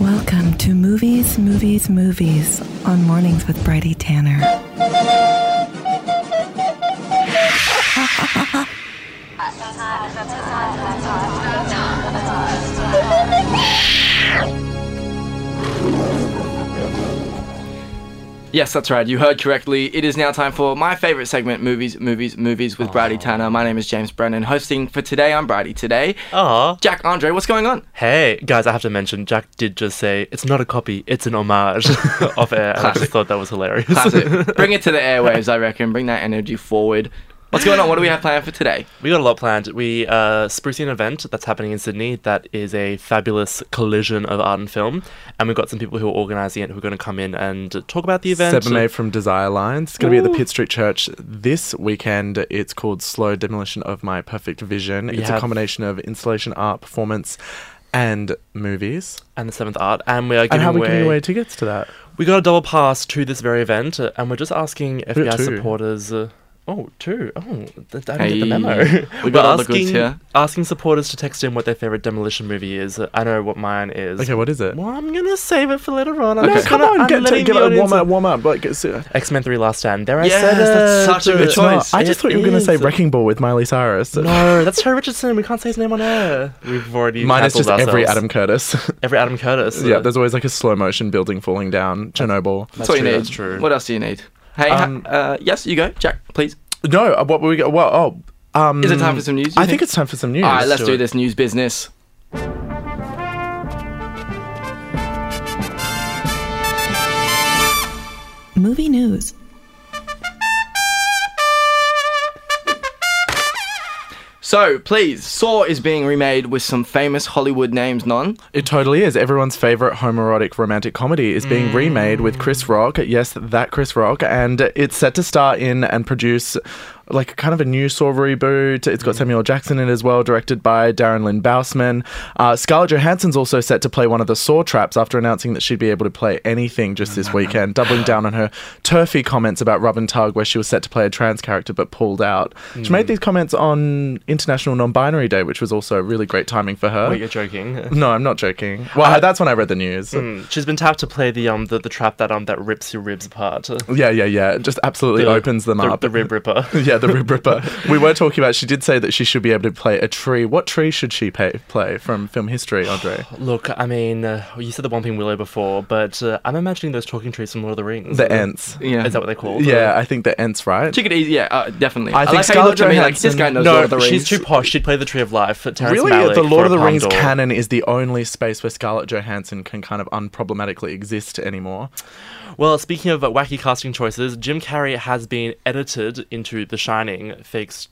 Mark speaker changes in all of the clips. Speaker 1: Welcome to Movies, Movies, Movies on Mornings with Bridie Tanner.
Speaker 2: Yes, that's right. You heard correctly. It is now time for my favorite segment, movies, movies, movies with
Speaker 3: Oh.
Speaker 2: Bridie Tanner. My name is James Brennan. Hosting for today, I'm Bridie today.
Speaker 3: Aw.
Speaker 2: Jack Andre, what's going on?
Speaker 3: Hey, guys, I have to mention, Jack did just say, it's not a copy, it's an homage off air. And I
Speaker 2: Classic.
Speaker 3: just thought that was hilarious.
Speaker 2: How's it? Bring it to the airwaves, I reckon. Bring that energy forward. What's going on? What do we have planned for today?
Speaker 3: we got a lot planned. We uh, sprucing an event that's happening in Sydney that is a fabulous collision of art and film. And we've got some people who are organising it who are going to come in and talk about the event.
Speaker 4: Seba May from Desire Lines. It's going to be at the Pitt Street Church this weekend. It's called Slow Demolition of My Perfect Vision. it's a
Speaker 3: have-
Speaker 4: combination of installation art, performance, and movies.
Speaker 3: and the seventh art. And we are giving
Speaker 4: And how are we
Speaker 3: away,
Speaker 4: giving away tickets to that?
Speaker 3: We got a double pass to this very event, uh, and we're just asking
Speaker 4: We got
Speaker 3: FBI
Speaker 4: two.
Speaker 3: supporters. Uh, oh, two. Oh, th- I didn't get
Speaker 2: Hey,
Speaker 3: the memo.
Speaker 2: we
Speaker 3: We're
Speaker 2: got all the goods here.
Speaker 3: Asking supporters to text in what their favorite demolition movie is. Uh, I know what mine is.
Speaker 4: Okay, what is it?
Speaker 3: Well, I'm gonna save it for later on. I'm
Speaker 2: Okay.
Speaker 4: No,
Speaker 3: just
Speaker 4: come
Speaker 3: gonna-
Speaker 4: on,
Speaker 3: I'm
Speaker 4: get to
Speaker 3: letting
Speaker 4: get
Speaker 3: the
Speaker 4: a warm up,
Speaker 3: audience-
Speaker 4: warm up. Like, it's, uh,
Speaker 3: X-Men 3 Last Stand. There
Speaker 2: Yes,
Speaker 3: I said
Speaker 2: that's
Speaker 3: it.
Speaker 2: such a good
Speaker 4: it's not-
Speaker 2: choice.
Speaker 4: I just
Speaker 3: It
Speaker 4: thought you were going to say
Speaker 3: is.
Speaker 4: Wrecking Ball with Miley Cyrus.
Speaker 3: No, that's Terry Richardson. We can't say his name on air. We've already
Speaker 4: Mine is
Speaker 3: cancelled
Speaker 4: just every
Speaker 3: ourselves.
Speaker 4: Adam Curtis.
Speaker 3: every Adam Curtis.
Speaker 4: yeah,
Speaker 3: Uh,
Speaker 4: there's always like a slow motion building falling down. Chernobyl.
Speaker 2: That's,
Speaker 3: That's
Speaker 2: all you
Speaker 3: true,
Speaker 2: need.
Speaker 3: that's true.
Speaker 2: What else do you need? Hey, ha-
Speaker 4: Um,
Speaker 2: uh, yes, you go, Jack, please.
Speaker 4: No, uh, what were we? go- Well, oh, um,
Speaker 2: Is it time for some news, you
Speaker 4: I
Speaker 2: think?
Speaker 4: think it's time for some news.
Speaker 2: All right, let's
Speaker 3: do
Speaker 2: do
Speaker 3: it.
Speaker 2: this news business.
Speaker 1: Movie news.
Speaker 2: So, please, Saw is being remade with some famous Hollywood names, non?
Speaker 4: It totally is. Everyone's favorite homoerotic romantic comedy is being remade with Chris Rock. Yes, that Chris Rock, and it's set to star in and produce like kind of a new Saw reboot. It's got Samuel Jackson in it as well, directed by Darren Lynn Bousman. Uh, Scarlett Johansson's also set to play one of the Saw traps after announcing that she'd be able to play anything just this weekend, doubling down on her turfy comments about Rub and Tug, where she was set to play a trans character but pulled out. She made these comments on International Non-Binary Day, which was also really great timing for her.
Speaker 3: Wait, you're joking.
Speaker 4: No, I'm not joking. Well, that's when I read the news.
Speaker 3: Mm, She's been tapped to play the um the, the trap that um that rips your ribs apart.
Speaker 4: Yeah, yeah, yeah. It just absolutely
Speaker 3: The-
Speaker 4: opens them
Speaker 3: the,
Speaker 4: up.
Speaker 3: The rib ripper.
Speaker 4: yeah, the Rib Ripper. We were talking about. She did say that she should be able to play a tree. What tree should she pay, play from film history, Andre?
Speaker 3: Look, I mean, uh, you said the Whomping Willow before, but uh, I'm imagining those talking trees from Lord of the Rings.
Speaker 4: The Ents.
Speaker 2: Yeah.
Speaker 3: Is that what they're called?
Speaker 4: Yeah, I think the Ents, right?
Speaker 2: Take it easy, yeah, uh, definitely.
Speaker 4: I think
Speaker 2: like how you looked at
Speaker 4: Scarlett
Speaker 2: me like, this guy knows
Speaker 3: no,
Speaker 2: Lord of the Rings.
Speaker 3: she's too posh. She'd play the Tree of Life. Terrence
Speaker 4: Really,
Speaker 3: Malick
Speaker 4: the Lord
Speaker 3: for
Speaker 4: of the
Speaker 3: Palme
Speaker 4: Rings
Speaker 3: d'Or.
Speaker 4: canon is the only space where Scarlett Johansson can kind of unproblematically exist anymore.
Speaker 3: Well, speaking of uh, wacky casting choices, Jim Carrey has been edited into The Shining, thanks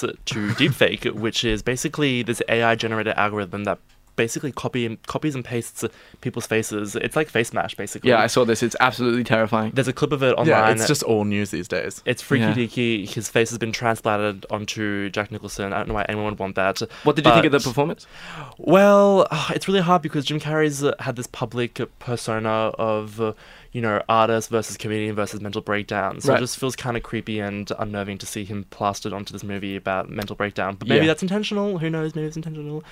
Speaker 3: to deepfake, which is basically this AI-generated algorithm that basically copy and, copies and pastes people's faces. It's like face mash, basically.
Speaker 2: yeah, I saw this. It's absolutely terrifying.
Speaker 3: There's a clip of it online.
Speaker 4: Yeah, it's just all news these days.
Speaker 3: It's freaky
Speaker 2: Yeah.
Speaker 3: deaky. His face has been transplanted onto Jack Nicholson. I don't know why anyone would want that.
Speaker 2: What did you think of the
Speaker 3: But-
Speaker 2: performance?
Speaker 3: Well, ah, it's really hard because Jim Carrey's uh, had this public persona of, uh, you know, artist versus comedian versus mental breakdown. So
Speaker 2: Right.
Speaker 3: it just feels kind of creepy and unnerving to see him plastered onto this movie about mental breakdown. But maybe
Speaker 2: Yeah.
Speaker 3: that's intentional. Who knows? Maybe it's intentional.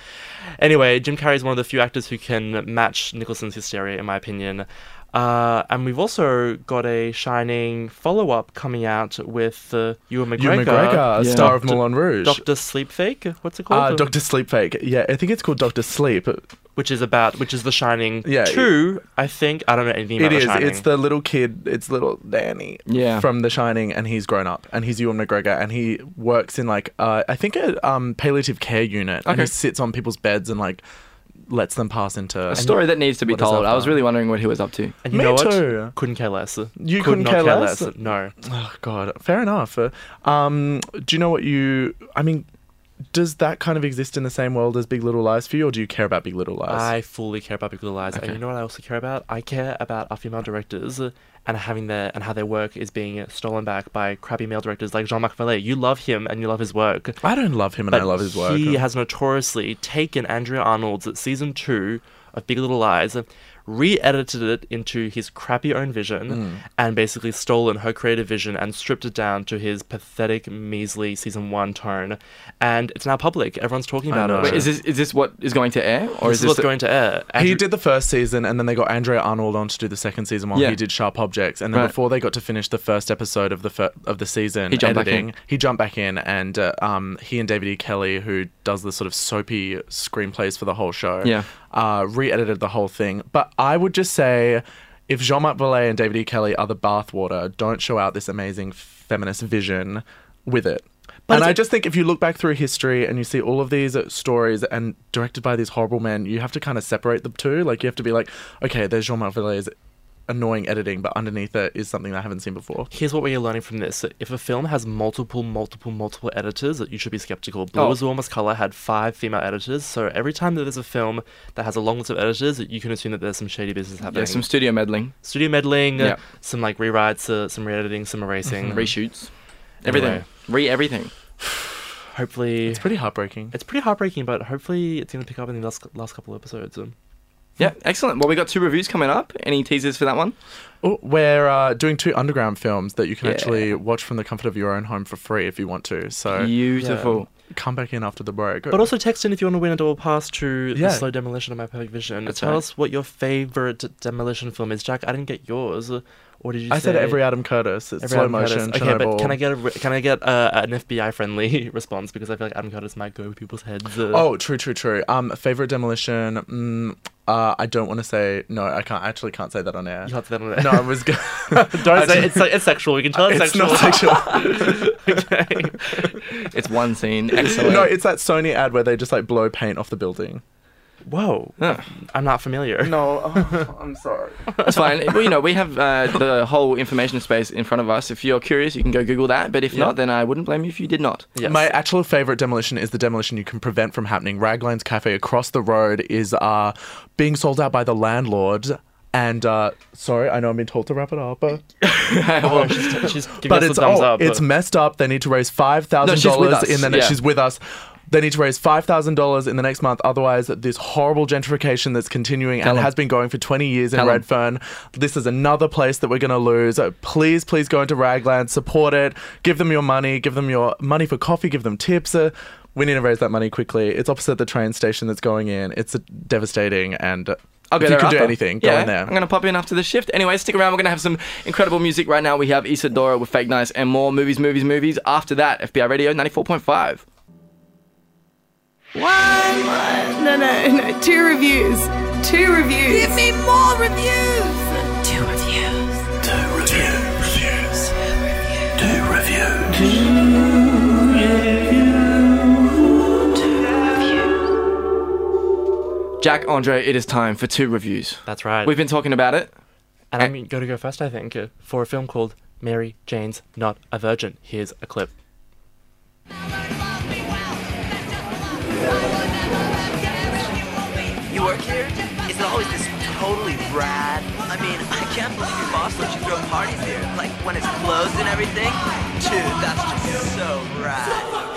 Speaker 3: Anyway, Jim Carrey's one of the few actors who can match Nicholson's hysteria, in my opinion. Uh, and we've also got a shining follow up coming out with uh, Ewan McGregor.
Speaker 4: Ewan McGregor,
Speaker 2: Yeah.
Speaker 4: star of
Speaker 3: Doctor-
Speaker 4: Moulin Rouge.
Speaker 3: Doctor Sleepfake, what's it called?
Speaker 4: uh, Doctor Sleepfake. Yeah, I think it's called Doctor Sleep.
Speaker 3: which is about which is The Shining
Speaker 4: Yeah, it-
Speaker 3: two. I think I don't know anything about
Speaker 4: It
Speaker 3: The
Speaker 4: is.
Speaker 3: Shining.
Speaker 4: It's the little kid. It's little Danny.
Speaker 2: Yeah.
Speaker 4: From The Shining, and he's grown up, and he's Ewan McGregor, and he works in like uh, I think a um, palliative care unit, and
Speaker 2: Okay.
Speaker 4: he sits on people's beds and like lets them pass into.
Speaker 2: A story that needs to be
Speaker 4: what is
Speaker 2: told.
Speaker 4: that
Speaker 2: I was
Speaker 4: about?
Speaker 2: really wondering what he was up to.
Speaker 3: and you
Speaker 4: Me
Speaker 3: know what?
Speaker 4: too.
Speaker 3: Couldn't care less.
Speaker 4: You
Speaker 3: Could
Speaker 4: couldn't
Speaker 3: not
Speaker 4: care less?
Speaker 3: No.
Speaker 4: Oh God, fair enough. Uh, Um, do you know what you? I mean, does that kind of exist in the same world as Big Little Lies for you, or do you care about Big Little Lies?
Speaker 3: I fully care about Big Little Lies,
Speaker 2: Okay.
Speaker 3: and you know what I also care about? I care about our female directors and having their and how their work is being stolen back by crappy male directors like Jean-Marc Vallée. You love him and you love his work,
Speaker 4: I don't love him, and I love his work.
Speaker 3: He has notoriously taken Andrea Arnold's season two of Big Little Lies, re-edited it into his crappy own vision
Speaker 4: Hmm.
Speaker 3: and basically stolen her creative vision and stripped it down to his pathetic, measly season one tone. And it's now public. Everyone's talking about
Speaker 4: know.
Speaker 3: it.
Speaker 2: Wait, is this is this what is going to air, or
Speaker 3: this
Speaker 2: is
Speaker 3: is what's
Speaker 2: this?
Speaker 3: going to air.
Speaker 4: He
Speaker 3: Andrew-
Speaker 4: did the first season, and then they got Andrea Arnold on to do the second season while
Speaker 2: Yeah.
Speaker 4: he did Sharp Objects. And then
Speaker 2: Right.
Speaker 4: before they got to finish the first episode of the fir- of the season,
Speaker 2: He jumped back
Speaker 4: editing,
Speaker 2: in.
Speaker 4: he jumped back in, and uh, um, he and David E. Kelly, who does the sort of soapy screenplays for the whole show,
Speaker 2: Yeah.
Speaker 4: uh, re-edited the whole thing. But I would just say, if Jean-Marc Vallée and David E. Kelly are the bathwater, don't show out this amazing feminist vision with it. and
Speaker 3: it's-
Speaker 4: I just think if you look back through history and you see all of these uh, stories and directed by these horrible men, you have to kind of separate the two. Like you have to be like, okay, there's Jean-Marc Vallée's annoying editing, but underneath it is something that I haven't seen before.
Speaker 3: Here's what we are learning from this. If a film has multiple, multiple, multiple editors, you should be skeptical. Blue
Speaker 2: Oh.
Speaker 3: is the Warmest Color had five female editors, so every time that there's a film that has a long list of editors, you can assume that there's some shady business happening.
Speaker 2: Yeah, some studio meddling,
Speaker 3: studio meddling,
Speaker 2: Yeah. Mm-hmm.
Speaker 3: some like rewrites, uh, some re-editing, some erasing.
Speaker 2: reshoots, everything,
Speaker 3: Mm-hmm. Anyway.
Speaker 2: re everything.
Speaker 3: Hopefully,
Speaker 4: It's pretty heartbreaking.
Speaker 3: it's pretty heartbreaking, but hopefully it's going to pick up in the last, last couple of episodes. Um,
Speaker 2: Yeah, excellent. Well, we got two reviews coming up. Any teasers for that one?
Speaker 4: Oh, we're uh, doing two underground films that you can
Speaker 2: Yeah.
Speaker 4: actually watch from the comfort of your own home for free if you want to. So
Speaker 2: Beautiful.
Speaker 4: come back in after the break.
Speaker 3: But also text in if you want to win a double pass to
Speaker 4: Yeah.
Speaker 3: the slow demolition of my perfect vision.
Speaker 2: That's
Speaker 3: Tell
Speaker 2: right.
Speaker 3: us what your favorite demolition film is, Jack. I didn't get yours. Or did you?
Speaker 4: I said
Speaker 3: say-
Speaker 4: every Adam Curtis. It's
Speaker 3: Every
Speaker 4: slow
Speaker 3: Adam
Speaker 4: motion.
Speaker 3: Curtis. Okay, but
Speaker 4: Chernobyl.
Speaker 3: can I get a re- can I get uh, an FBI friendly response because I feel like Adam Curtis might go over people's heads. Uh,
Speaker 4: Oh, true, true, true. Um, favorite demolition. Mm, uh, I don't want to say no. I can't. I actually can't say that on air.
Speaker 3: you have to that on
Speaker 4: No,
Speaker 3: there.
Speaker 4: I was. Go-
Speaker 3: Don't say it's, se- it's sexual. We can tell it's,
Speaker 4: It's
Speaker 3: sexual.
Speaker 4: not sexual.
Speaker 2: It's one scene. Excellent.
Speaker 4: no, it's that Sony ad where they just like blow paint off the building.
Speaker 3: Whoa,
Speaker 2: Yeah.
Speaker 3: I'm not familiar.
Speaker 4: No, oh, I'm sorry.
Speaker 2: That's fine. Well, you know, we have uh, the whole information space in front of us. If you're curious, you can go Google that. But if
Speaker 3: Yeah.
Speaker 2: not, then I wouldn't blame you if you did not.
Speaker 3: Yes.
Speaker 4: My actual favorite demolition is the demolition you can prevent from happening. Ragline's Cafe across the road is uh, being sold out by the landlord. And uh, sorry, I know I'm being told to wrap it up, but,
Speaker 3: oh, she's, she's giving
Speaker 4: but
Speaker 3: us
Speaker 4: it's
Speaker 3: the thumbs
Speaker 4: oh,
Speaker 3: up.
Speaker 4: it's messed up. They need to raise five
Speaker 2: No,
Speaker 4: thousand
Speaker 2: she's with us.
Speaker 4: dollars in the
Speaker 2: Yeah.
Speaker 4: next. She's with us. They need to raise five thousand dollars in the next month. Otherwise, this horrible gentrification that's continuing
Speaker 2: Tell
Speaker 4: and
Speaker 2: 'em.
Speaker 4: has been going for twenty years in
Speaker 2: Tell 'em.
Speaker 4: Redfern. This is another place that we're going to lose. Uh, Please, please go into Ragland, support it. Give them your money. Give them your money for coffee. Give them tips. Uh, we need to raise that money quickly. It's opposite the train station that's going in. It's uh, devastating. And uh,
Speaker 2: I'll go
Speaker 4: if
Speaker 2: there
Speaker 4: you can do
Speaker 2: after.
Speaker 4: anything,
Speaker 2: yeah,
Speaker 4: go in there.
Speaker 2: I'm gonna pop in after the shift. Anyway, stick around. We're gonna have some incredible music right now. We have Isadora with Fake Nice and more movies, movies, movies. After that, FBI Radio 94.5.
Speaker 5: No, no, no. Two reviews. Two reviews.
Speaker 6: Give me more reviews. Two reviews.
Speaker 2: Jack Andre, it is time for two reviews.
Speaker 3: That's right.
Speaker 2: We've been talking about it.
Speaker 3: and I'm going to go first, I think, uh, for a film called Mary Jane's Not a Virgin. Here's a clip.
Speaker 7: You work here? Is it always this totally rad? I mean, I can't believe your boss lets you throw parties here. Like when it's closed and everything. Dude, that's just so rad.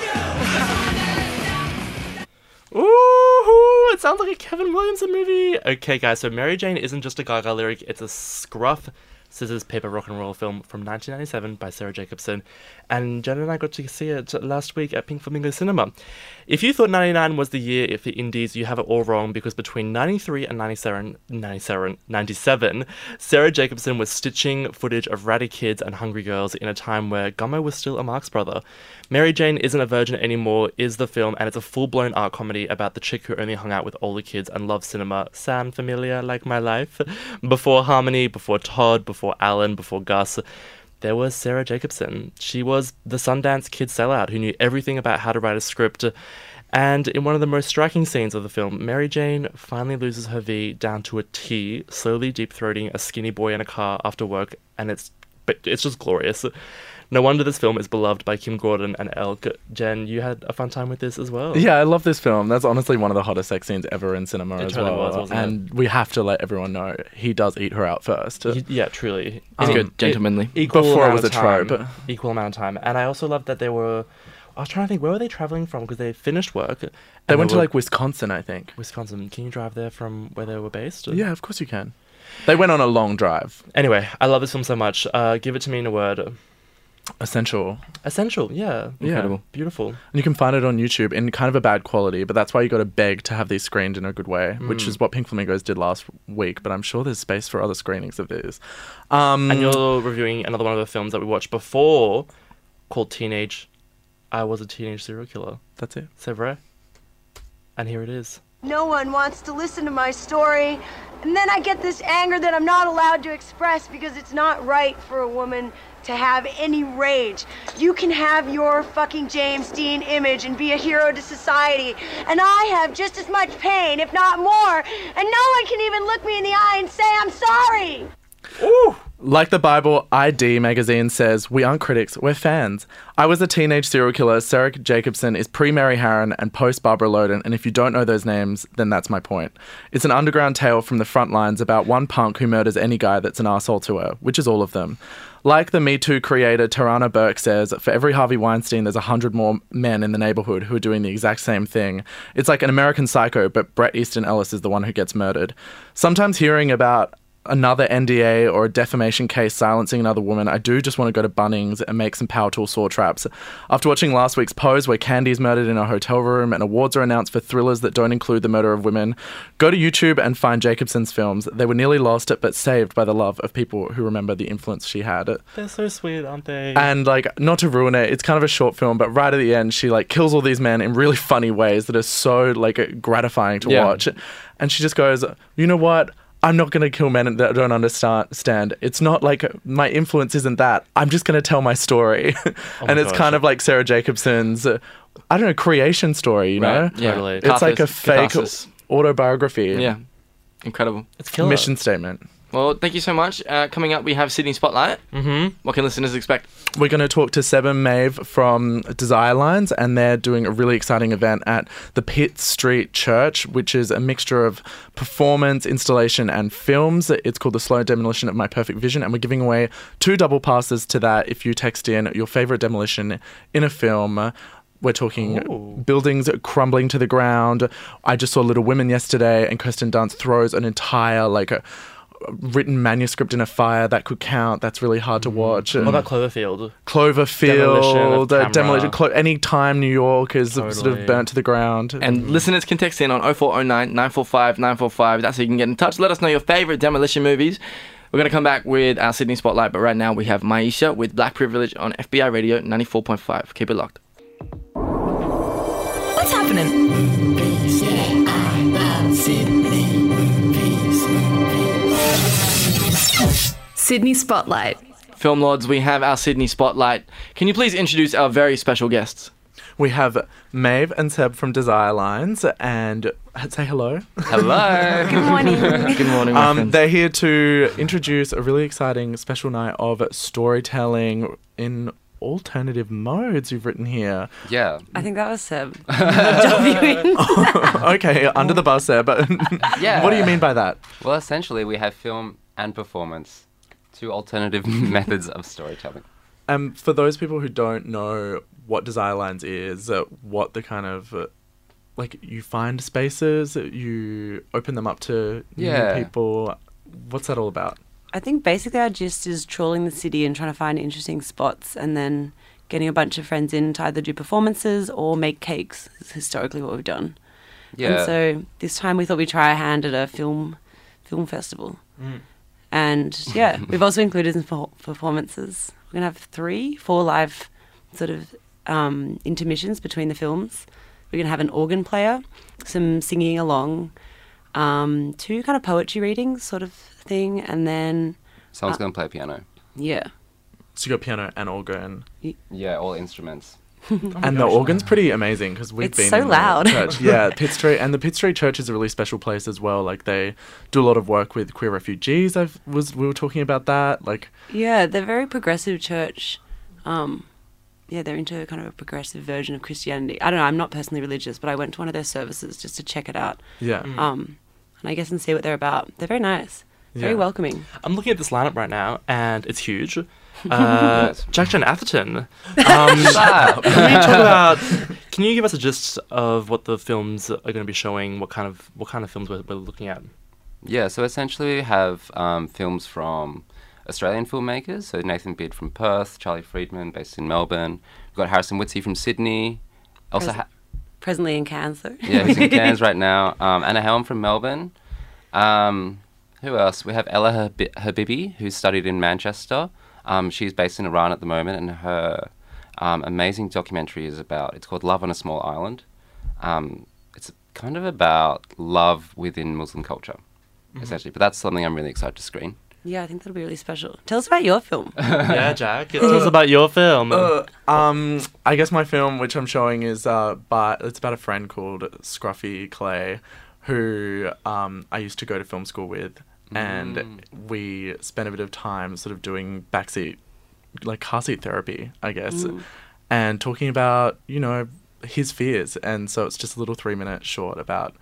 Speaker 3: Ooh, it sounds like a Kevin Williamson movie. Okay, guys, so Mary Jane isn't just a Gaga lyric, it's a scruff scissors paper rock and roll film from 1997 by Sarah Jacobson. And Jen and I got to see it last week at Pink Flamingo Cinema. If you thought 99 was the year if the indies, you have it all wrong because between 93 and 97, 97, 97, Sarah Jacobson was stitching footage of ratty kids and hungry girls in a time where Gummo was still a Marx brother. Mary Jane isn't a virgin anymore is the film, and it's a full blown art comedy about the chick who only hung out with older kids and loved cinema. Sound familiar like my life? Before Harmony, before Todd, before Alan, before Gus. There was Sarah Jacobson. She was the Sundance kid sellout who knew everything about how to write a script. And in one of the most striking scenes of the film, Mary Jane finally loses her V down to a T, slowly deep throating a skinny boy in a car after work, and it's but it's just glorious. No wonder this film is beloved by Kim Gordon and Elk. Jen, you had a fun time with this as well.
Speaker 4: Yeah, I love this film. That's honestly one of the hottest sex scenes ever in cinema as
Speaker 3: totally
Speaker 4: well.
Speaker 3: was, wasn't it?
Speaker 4: and we have to let everyone know he does eat her out first.
Speaker 3: Y- Yeah, truly.
Speaker 2: It's
Speaker 3: Um,
Speaker 2: good, gentlemanly.
Speaker 3: equal
Speaker 4: Before it
Speaker 3: amount
Speaker 4: was
Speaker 3: of
Speaker 4: a trope.
Speaker 3: time. Equal amount of time. And I also loved that there were I was trying to think where were they traveling from because they finished work. and
Speaker 4: They went to
Speaker 3: were-
Speaker 4: like Wisconsin, I think.
Speaker 3: Wisconsin. Can you drive there from where they were based?
Speaker 4: Yeah, of course you can. They went on a long drive.
Speaker 3: Anyway, I love this film so much. Uh, give it to me in a word.
Speaker 4: Essential.
Speaker 3: Essential. Yeah.
Speaker 4: Incredible.
Speaker 3: Beautiful.
Speaker 4: And you can find it on YouTube in kind of a bad quality, but that's why you got to beg to have these screened in a good way,
Speaker 3: Mm.
Speaker 4: which is what Pink Flamingos did last week. But I'm sure there's space for other screenings of these. Um,
Speaker 3: And you're reviewing another one of the films that we watched before, called Teenage. I was a teenage serial killer.
Speaker 4: that's it.
Speaker 3: Sevre. And here it is.
Speaker 8: No one wants to listen to my story. And then I get this anger that I'm not allowed to express because it's not right for a woman to have any rage. You can have your fucking James Dean image and be a hero to society. And I have just as much pain, if not more. And no one can even look me in the eye and say, I'm sorry.
Speaker 4: Like the Bible ID magazine says, we aren't critics, we're fans. I was a teenage serial killer. Sarah Jacobson is pre Mary Harron and post Barbara Loden, and if you don't know those names, then that's my point. It's an underground tale from the front lines about one punk who murders any guy that's an asshole to her, which is all of them. Like the Me Too creator Tarana Burke says, for every Harvey Weinstein, there's a hundred more men in the neighborhood who are doing the exact same thing. It's like an American psycho, but Brett Easton Ellis is the one who gets murdered. Sometimes hearing about another NDA or a defamation case silencing another woman, I do just want to go to Bunnings and make some power tool saw traps. After watching last week's Pose, where Candy is murdered in a hotel room and awards are announced for thrillers that don't include the murder of women, go to YouTube and find Jacobson's films. They were nearly lost, but saved by the love of people who remember the influence she had.
Speaker 3: They're so sweet, aren't they?
Speaker 4: And like, not to ruin it, it's kind of a short film, but right at the end, she like kills all these men in really funny ways that are so like uh, gratifying to
Speaker 2: Yeah.
Speaker 4: watch. And she just goes, "You know what? I'm not gonna kill men that I don't understand. It's not like my influence isn't that. I'm just gonna tell my story."
Speaker 2: Oh
Speaker 4: and it's
Speaker 3: gosh.
Speaker 4: kind of like Sarah Jacobson's, uh, I don't know, creation story. You
Speaker 2: Right,
Speaker 4: know,
Speaker 2: yeah.
Speaker 3: Totally.
Speaker 4: it's like a
Speaker 2: Catharsis-
Speaker 4: fake
Speaker 2: catharsis.
Speaker 4: autobiography.
Speaker 2: Yeah. Incredible.
Speaker 3: it's killer.
Speaker 4: mission statement.
Speaker 2: Well, thank you so much. Uh, coming up, we have Sydney Spotlight. Mm-hmm. What can listeners expect?
Speaker 4: We're going to talk to Seb and Maeve from Desire Lines, and they're doing a really exciting event at the Pitt Street Church, which is a mixture of performance, installation, and films. It's called The Slow Demolition of My Perfect Vision, and we're giving away two double passes to that if you text in your favorite demolition in a film. We're talking buildings crumbling to the ground. I just saw Little Women yesterday, and Kirsten Dunst throws an entire, like, a written manuscript in a fire that could count. That's really hard to watch.
Speaker 3: What about Cloverfield?
Speaker 4: Cloverfield,
Speaker 3: Demolition of
Speaker 4: demolition, demolition
Speaker 3: Tamra.
Speaker 4: clo- any time New York is sort
Speaker 3: Totally.
Speaker 4: of burnt to the ground.
Speaker 2: And listeners can text in on 0409 945 945. That's how you can get in touch. Let us know your favorite demolition movies. We're going to come back with our Sydney Spotlight, but right now we have Maisha with Black Privilege on FBI Radio 94.5. Keep it locked.
Speaker 6: What's happening?
Speaker 9: Sydney Spotlight.
Speaker 2: Film Lords, we have our Sydney Spotlight. Can you please introduce our very special guests?
Speaker 4: we have Maeve and Seb from Desire Lines, and uh, say hello.
Speaker 2: Hello. Good morning. Good morning, my
Speaker 4: Um,
Speaker 2: friends.
Speaker 4: they're here to introduce a really exciting special night of storytelling in alternative modes you've written here.
Speaker 10: Yeah.
Speaker 9: I think that was Seb.
Speaker 4: okay, under the bus there, but
Speaker 10: Yeah.
Speaker 4: what do you mean by that?
Speaker 10: Well, essentially, we have film and performance, two alternative methods of storytelling.
Speaker 4: Um, for those people who don't know what Desire Lines is, uh, what the kind of uh, like you find spaces, uh, you open them up to
Speaker 10: Yeah.
Speaker 4: new people. What's that all about?
Speaker 9: I think basically our gist is trawling the city and trying to find interesting spots and then getting a bunch of friends in to either do performances or make cakes. It's historically what we've done.
Speaker 10: Yeah.
Speaker 9: And so this time we thought we'd try our hand at a film film festival. And yeah, we've also included some perfor- performances. We're going to have three, four live sort of um, intermissions between the films. We're going to have an organ player, some singing along, um, two kind of poetry readings sort of thing, and then,
Speaker 10: Someone's going to play piano.
Speaker 9: yeah.
Speaker 4: So you got piano and organ,
Speaker 10: Yeah, all instruments.
Speaker 9: Oh
Speaker 4: and the organ's pretty amazing because we've
Speaker 9: It's
Speaker 4: been
Speaker 9: so
Speaker 4: in the
Speaker 9: loud.
Speaker 4: church. yeah, Pitt Street, and the Pitt Street Church is a really special place as well. Like they do a lot of work with queer refugees. I was we were talking about that. Like
Speaker 9: Yeah, they're very progressive church. Um, yeah, they're into kind of a progressive version of Christianity. I don't know, I'm not personally religious, but I went to one of their services just to check it out.
Speaker 4: yeah,
Speaker 9: um, and I guess and see what they're about. They're very nice, very
Speaker 4: Yeah.
Speaker 9: welcoming.
Speaker 3: I'm looking at this lineup right now, and it's huge. Uh, Jack Jen Atherton. Um,
Speaker 10: Wow.
Speaker 3: can you talk about? Can you give us a gist of what the films are going to be showing? What kind of what kind of films we're, we're looking at?
Speaker 10: Yeah, so essentially we have um, films from Australian filmmakers, so Nathan Beard from Perth, Charlie Friedman based in Melbourne. We've got Harrison Whitsey from Sydney. Also,
Speaker 9: Pres-
Speaker 10: ha-
Speaker 9: presently in Cairns, though.
Speaker 10: yeah, who's in Cairns right now. Um, Anna Helm from Melbourne. Um, who else? We have Ella Habi- Habibi, who studied in Manchester. Um, she's based in Iran at the moment, and her um, amazing documentary is about. It's called Love on a Small Island. Um, it's kind of about love within Muslim culture,
Speaker 9: Mm-hmm.
Speaker 10: essentially. But that's something I'm really excited to screen.
Speaker 9: Yeah, I think that'll be really special. Tell us about your film.
Speaker 3: yeah, Jack. Tell us about your film.
Speaker 4: Uh, um, I guess my film, which I'm showing, is uh, but it's about a friend called Scruffy Clay, who um, I used to go to film school with, and
Speaker 10: Mm.
Speaker 4: we spent a bit of time sort of doing backseat, like car seat therapy, I guess,
Speaker 9: Mm.
Speaker 4: and talking about you know his fears, and so it's just a little three minute short about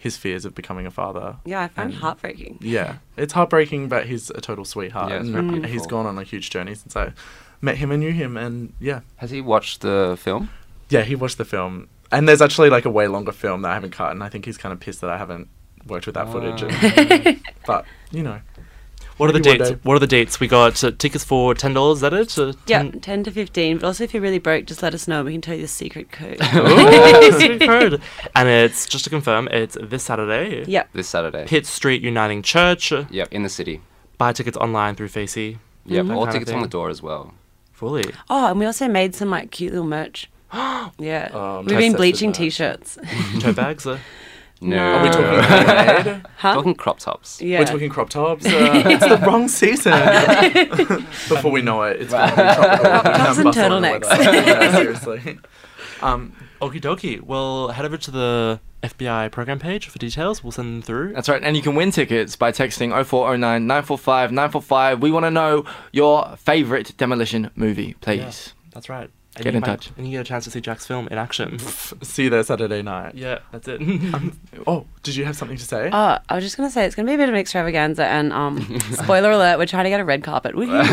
Speaker 4: his fears of becoming a father.
Speaker 9: Yeah, I found it
Speaker 4: and-
Speaker 9: heartbreaking.
Speaker 4: yeah, it's heartbreaking, but he's a total sweetheart.
Speaker 10: Yeah, it's
Speaker 4: and
Speaker 10: very
Speaker 4: He's
Speaker 10: beautiful.
Speaker 4: gone on a huge journey since I met him and knew him, and yeah,
Speaker 10: Has he watched the film?
Speaker 4: yeah, he watched the film. And there's actually like a way longer film that I haven't cut, and I think he's kind of pissed that I haven't worked with that footage.
Speaker 9: Oh.
Speaker 4: And, but you know,
Speaker 3: What are the
Speaker 4: maybe one
Speaker 3: dates?
Speaker 4: day.
Speaker 3: What are the dates? We got uh, tickets for ten dollars. Is that it? Uh,
Speaker 9: Yeah,
Speaker 4: mm.
Speaker 3: 10
Speaker 9: 10 to 15. But also, if you're really broke, just let us know. We can tell you the secret code.
Speaker 3: Ooh, sweet code. And it's just to confirm, it's this Saturday.
Speaker 9: Yep.
Speaker 10: This Saturday.
Speaker 3: Pitt Street Uniting Church.
Speaker 10: Yep, in the city.
Speaker 3: Buy tickets online through Facey.
Speaker 10: Yep,
Speaker 3: That
Speaker 10: all
Speaker 3: kind of
Speaker 10: tickets on the
Speaker 3: thing.
Speaker 10: door as well.
Speaker 3: Fully.
Speaker 9: Oh, and we also made some like cute little merch. yeah.
Speaker 4: Um,
Speaker 9: We've
Speaker 4: That's such
Speaker 9: been
Speaker 4: a
Speaker 9: bleaching
Speaker 4: nice-
Speaker 9: t shirts.
Speaker 3: Tote bags. uh,
Speaker 10: No.
Speaker 9: Are we talking
Speaker 4: homemade?
Speaker 9: Huh?
Speaker 10: Talking crop tops.
Speaker 9: yeah.
Speaker 4: we're talking crop tops. Uh, it's the wrong season. Before we know it, it's going to be tropical.
Speaker 9: Crop
Speaker 4: We can't
Speaker 9: tops and
Speaker 4: bust all the
Speaker 9: turtlenecks.
Speaker 4: weather. yeah, seriously. Um,
Speaker 3: Okie dokie. Well, head over to the FBI program page for details. We'll send them through.
Speaker 2: That's right. And you can win tickets by texting 0409 945 945. We want to know your favorite demolition movie, please.
Speaker 3: That's right. And
Speaker 2: Get
Speaker 3: you
Speaker 2: in
Speaker 3: might-
Speaker 2: touch.
Speaker 3: And you get a chance to see Jack's film in action. Um,
Speaker 4: see you there Saturday night.
Speaker 3: yeah, that's it.
Speaker 4: Oh, did you have something to say?
Speaker 9: Oh, I was just gonna say it's gonna be a bit of an extravaganza, and um, spoiler alert, we're trying to get a red carpet. Woohoo.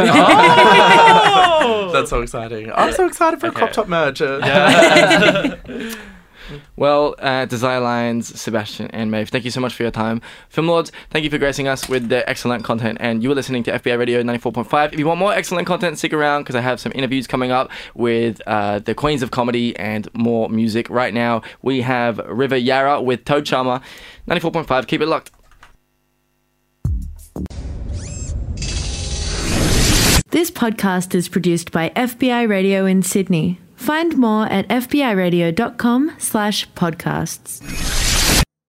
Speaker 4: That's so exciting. I'm so excited for a crop
Speaker 3: Okay.
Speaker 4: top merch. Uh,
Speaker 2: Well, uh, Desire Lions, Sebastian and Maeve, thank you so much for your time. Film Lords, thank you for gracing us with the excellent content. And you were listening to FBI Radio 94.5. If you want more excellent content, stick around because I have some interviews coming up with uh, the Queens of Comedy and more music. Right now, we have River Yarra with Toad Charmer. 94.5, keep it locked.
Speaker 11: This podcast is produced by FBI Radio in Sydney. Find more at fbiradio.com slash podcasts.